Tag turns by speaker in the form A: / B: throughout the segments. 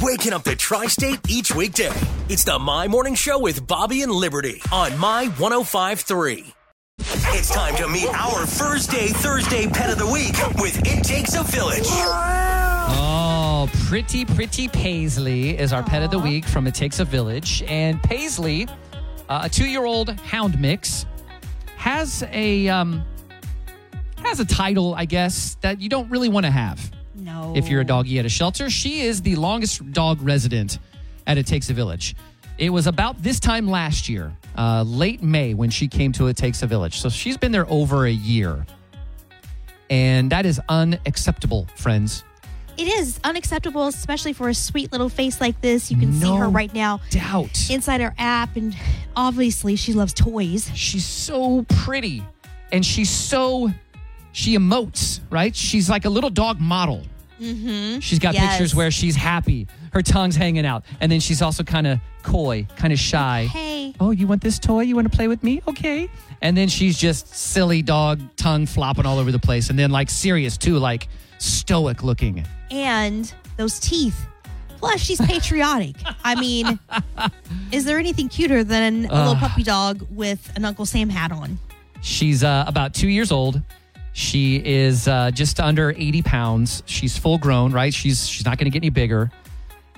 A: waking up the tri state each weekday. It's the My Morning Show with Bobby and Liberty on My 1053. It's time to meet our first day Thursday pet of the week with It Takes a Village.
B: Oh, pretty, pretty Paisley is our pet of the week from It Takes a Village. And Paisley, uh, a two year old hound mix, has a. Um, has a title, I guess, that you don't really want to have
C: No.
B: if you're a doggy at a shelter. She is the longest dog resident at It Takes a Village. It was about this time last year, uh, late May, when she came to It Takes a Village. So she's been there over a year. And that is unacceptable, friends.
C: It is unacceptable, especially for a sweet little face like this. You can see her
B: No
C: right now
B: Doubt.
C: inside our app, and obviously she loves toys.
B: she's so pretty and she's so, she emotes, right? She's like a little dog model. Mm-hmm. She's got
C: Yes.
B: pictures where she's happy, her tongue's hanging out. And then she's also kind of coy, kind of shy.
C: Hey,
B: oh, you want this toy? You want to play with me? Okay. And then she's just silly dog tongue flopping all over the place. And then like serious too, like stoic looking.
C: and those teeth. Plus, she's patriotic. I mean, is there anything cuter than a little puppy dog with an Uncle Sam hat on?
B: She's uh, about two years old. She is uh, just under 80 pounds. She's full grown, right? She's she's not going to get any bigger.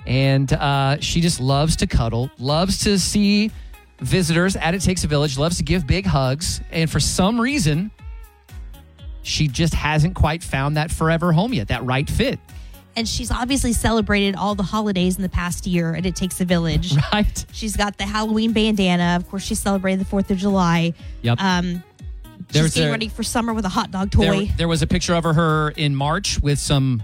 B: And uh, she just loves to cuddle, loves to see visitors at It Takes a Village, loves to give big hugs. And for some reason, she just hasn't quite found that forever home yet, that right fit,
C: And she's obviously celebrated all the holidays in the past year, and it takes a village.
B: right?
C: She's got the Halloween bandana. Of course, she celebrated the 4th of July.
B: Yep.
C: Um,
B: There was
C: she's getting
B: a-
C: ready for summer with a hot dog toy.
B: There, there was a picture of her in March with some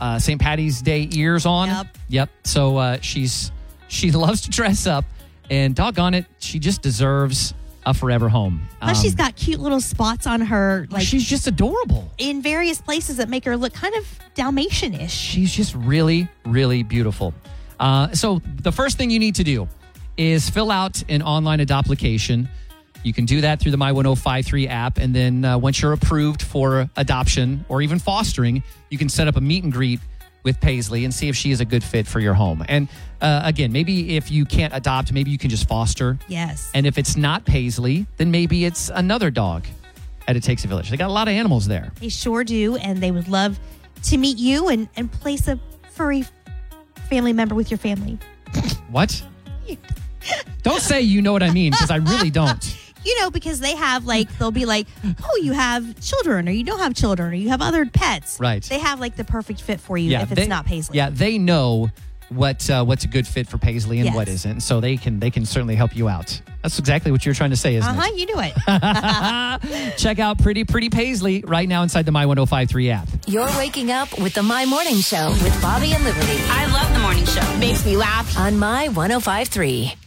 B: uh, St. Patty's Day ears on.
C: Yep.
B: Yep. So uh, she's she loves to dress up, and doggone it, she just deserves a forever home.
C: Plus,
B: Um,
C: she's got cute little spots on her, like
B: she's just adorable.
C: in various places that make her look kind of Dalmatian-ish.
B: She's just really, really beautiful. Uh, so the first thing you need to do is fill out an online adopt application. You can do that through the My1053 app. And then uh, once you're approved for adoption or even fostering, you can set up a meet and greet with Paisley and see if she is a good fit for your home. And uh, again, maybe if you can't adopt, maybe you can just foster.
C: Yes.
B: And if it's not Paisley, then maybe it's another dog at It Takes a Village. They got a lot of animals there.
C: they sure do, and they would love to meet you and, and place a furry family member with your family.
B: What? don't say you know what I mean because I really don't.
C: You know, because they have like they'll be like, oh, you have children, or you don't have children, or you have other pets.
B: Right.
C: They have like the perfect fit for you if it's
B: they-
C: not Paisley.
B: Yeah, they know what uh, what's a good fit for Paisley and what
C: Yes.
B: isn't, so they can they can certainly help you out. That's exactly what you're trying to say, isn't
C: Uh
B: it?
C: huh. You knew it.
B: Check out Pretty Pretty Paisley right now inside the My 1053 app.
D: You're waking up with the My Morning Show with Bobby and Liberty oh
E: I love the morning show. Makes me laugh.
D: on My 1053.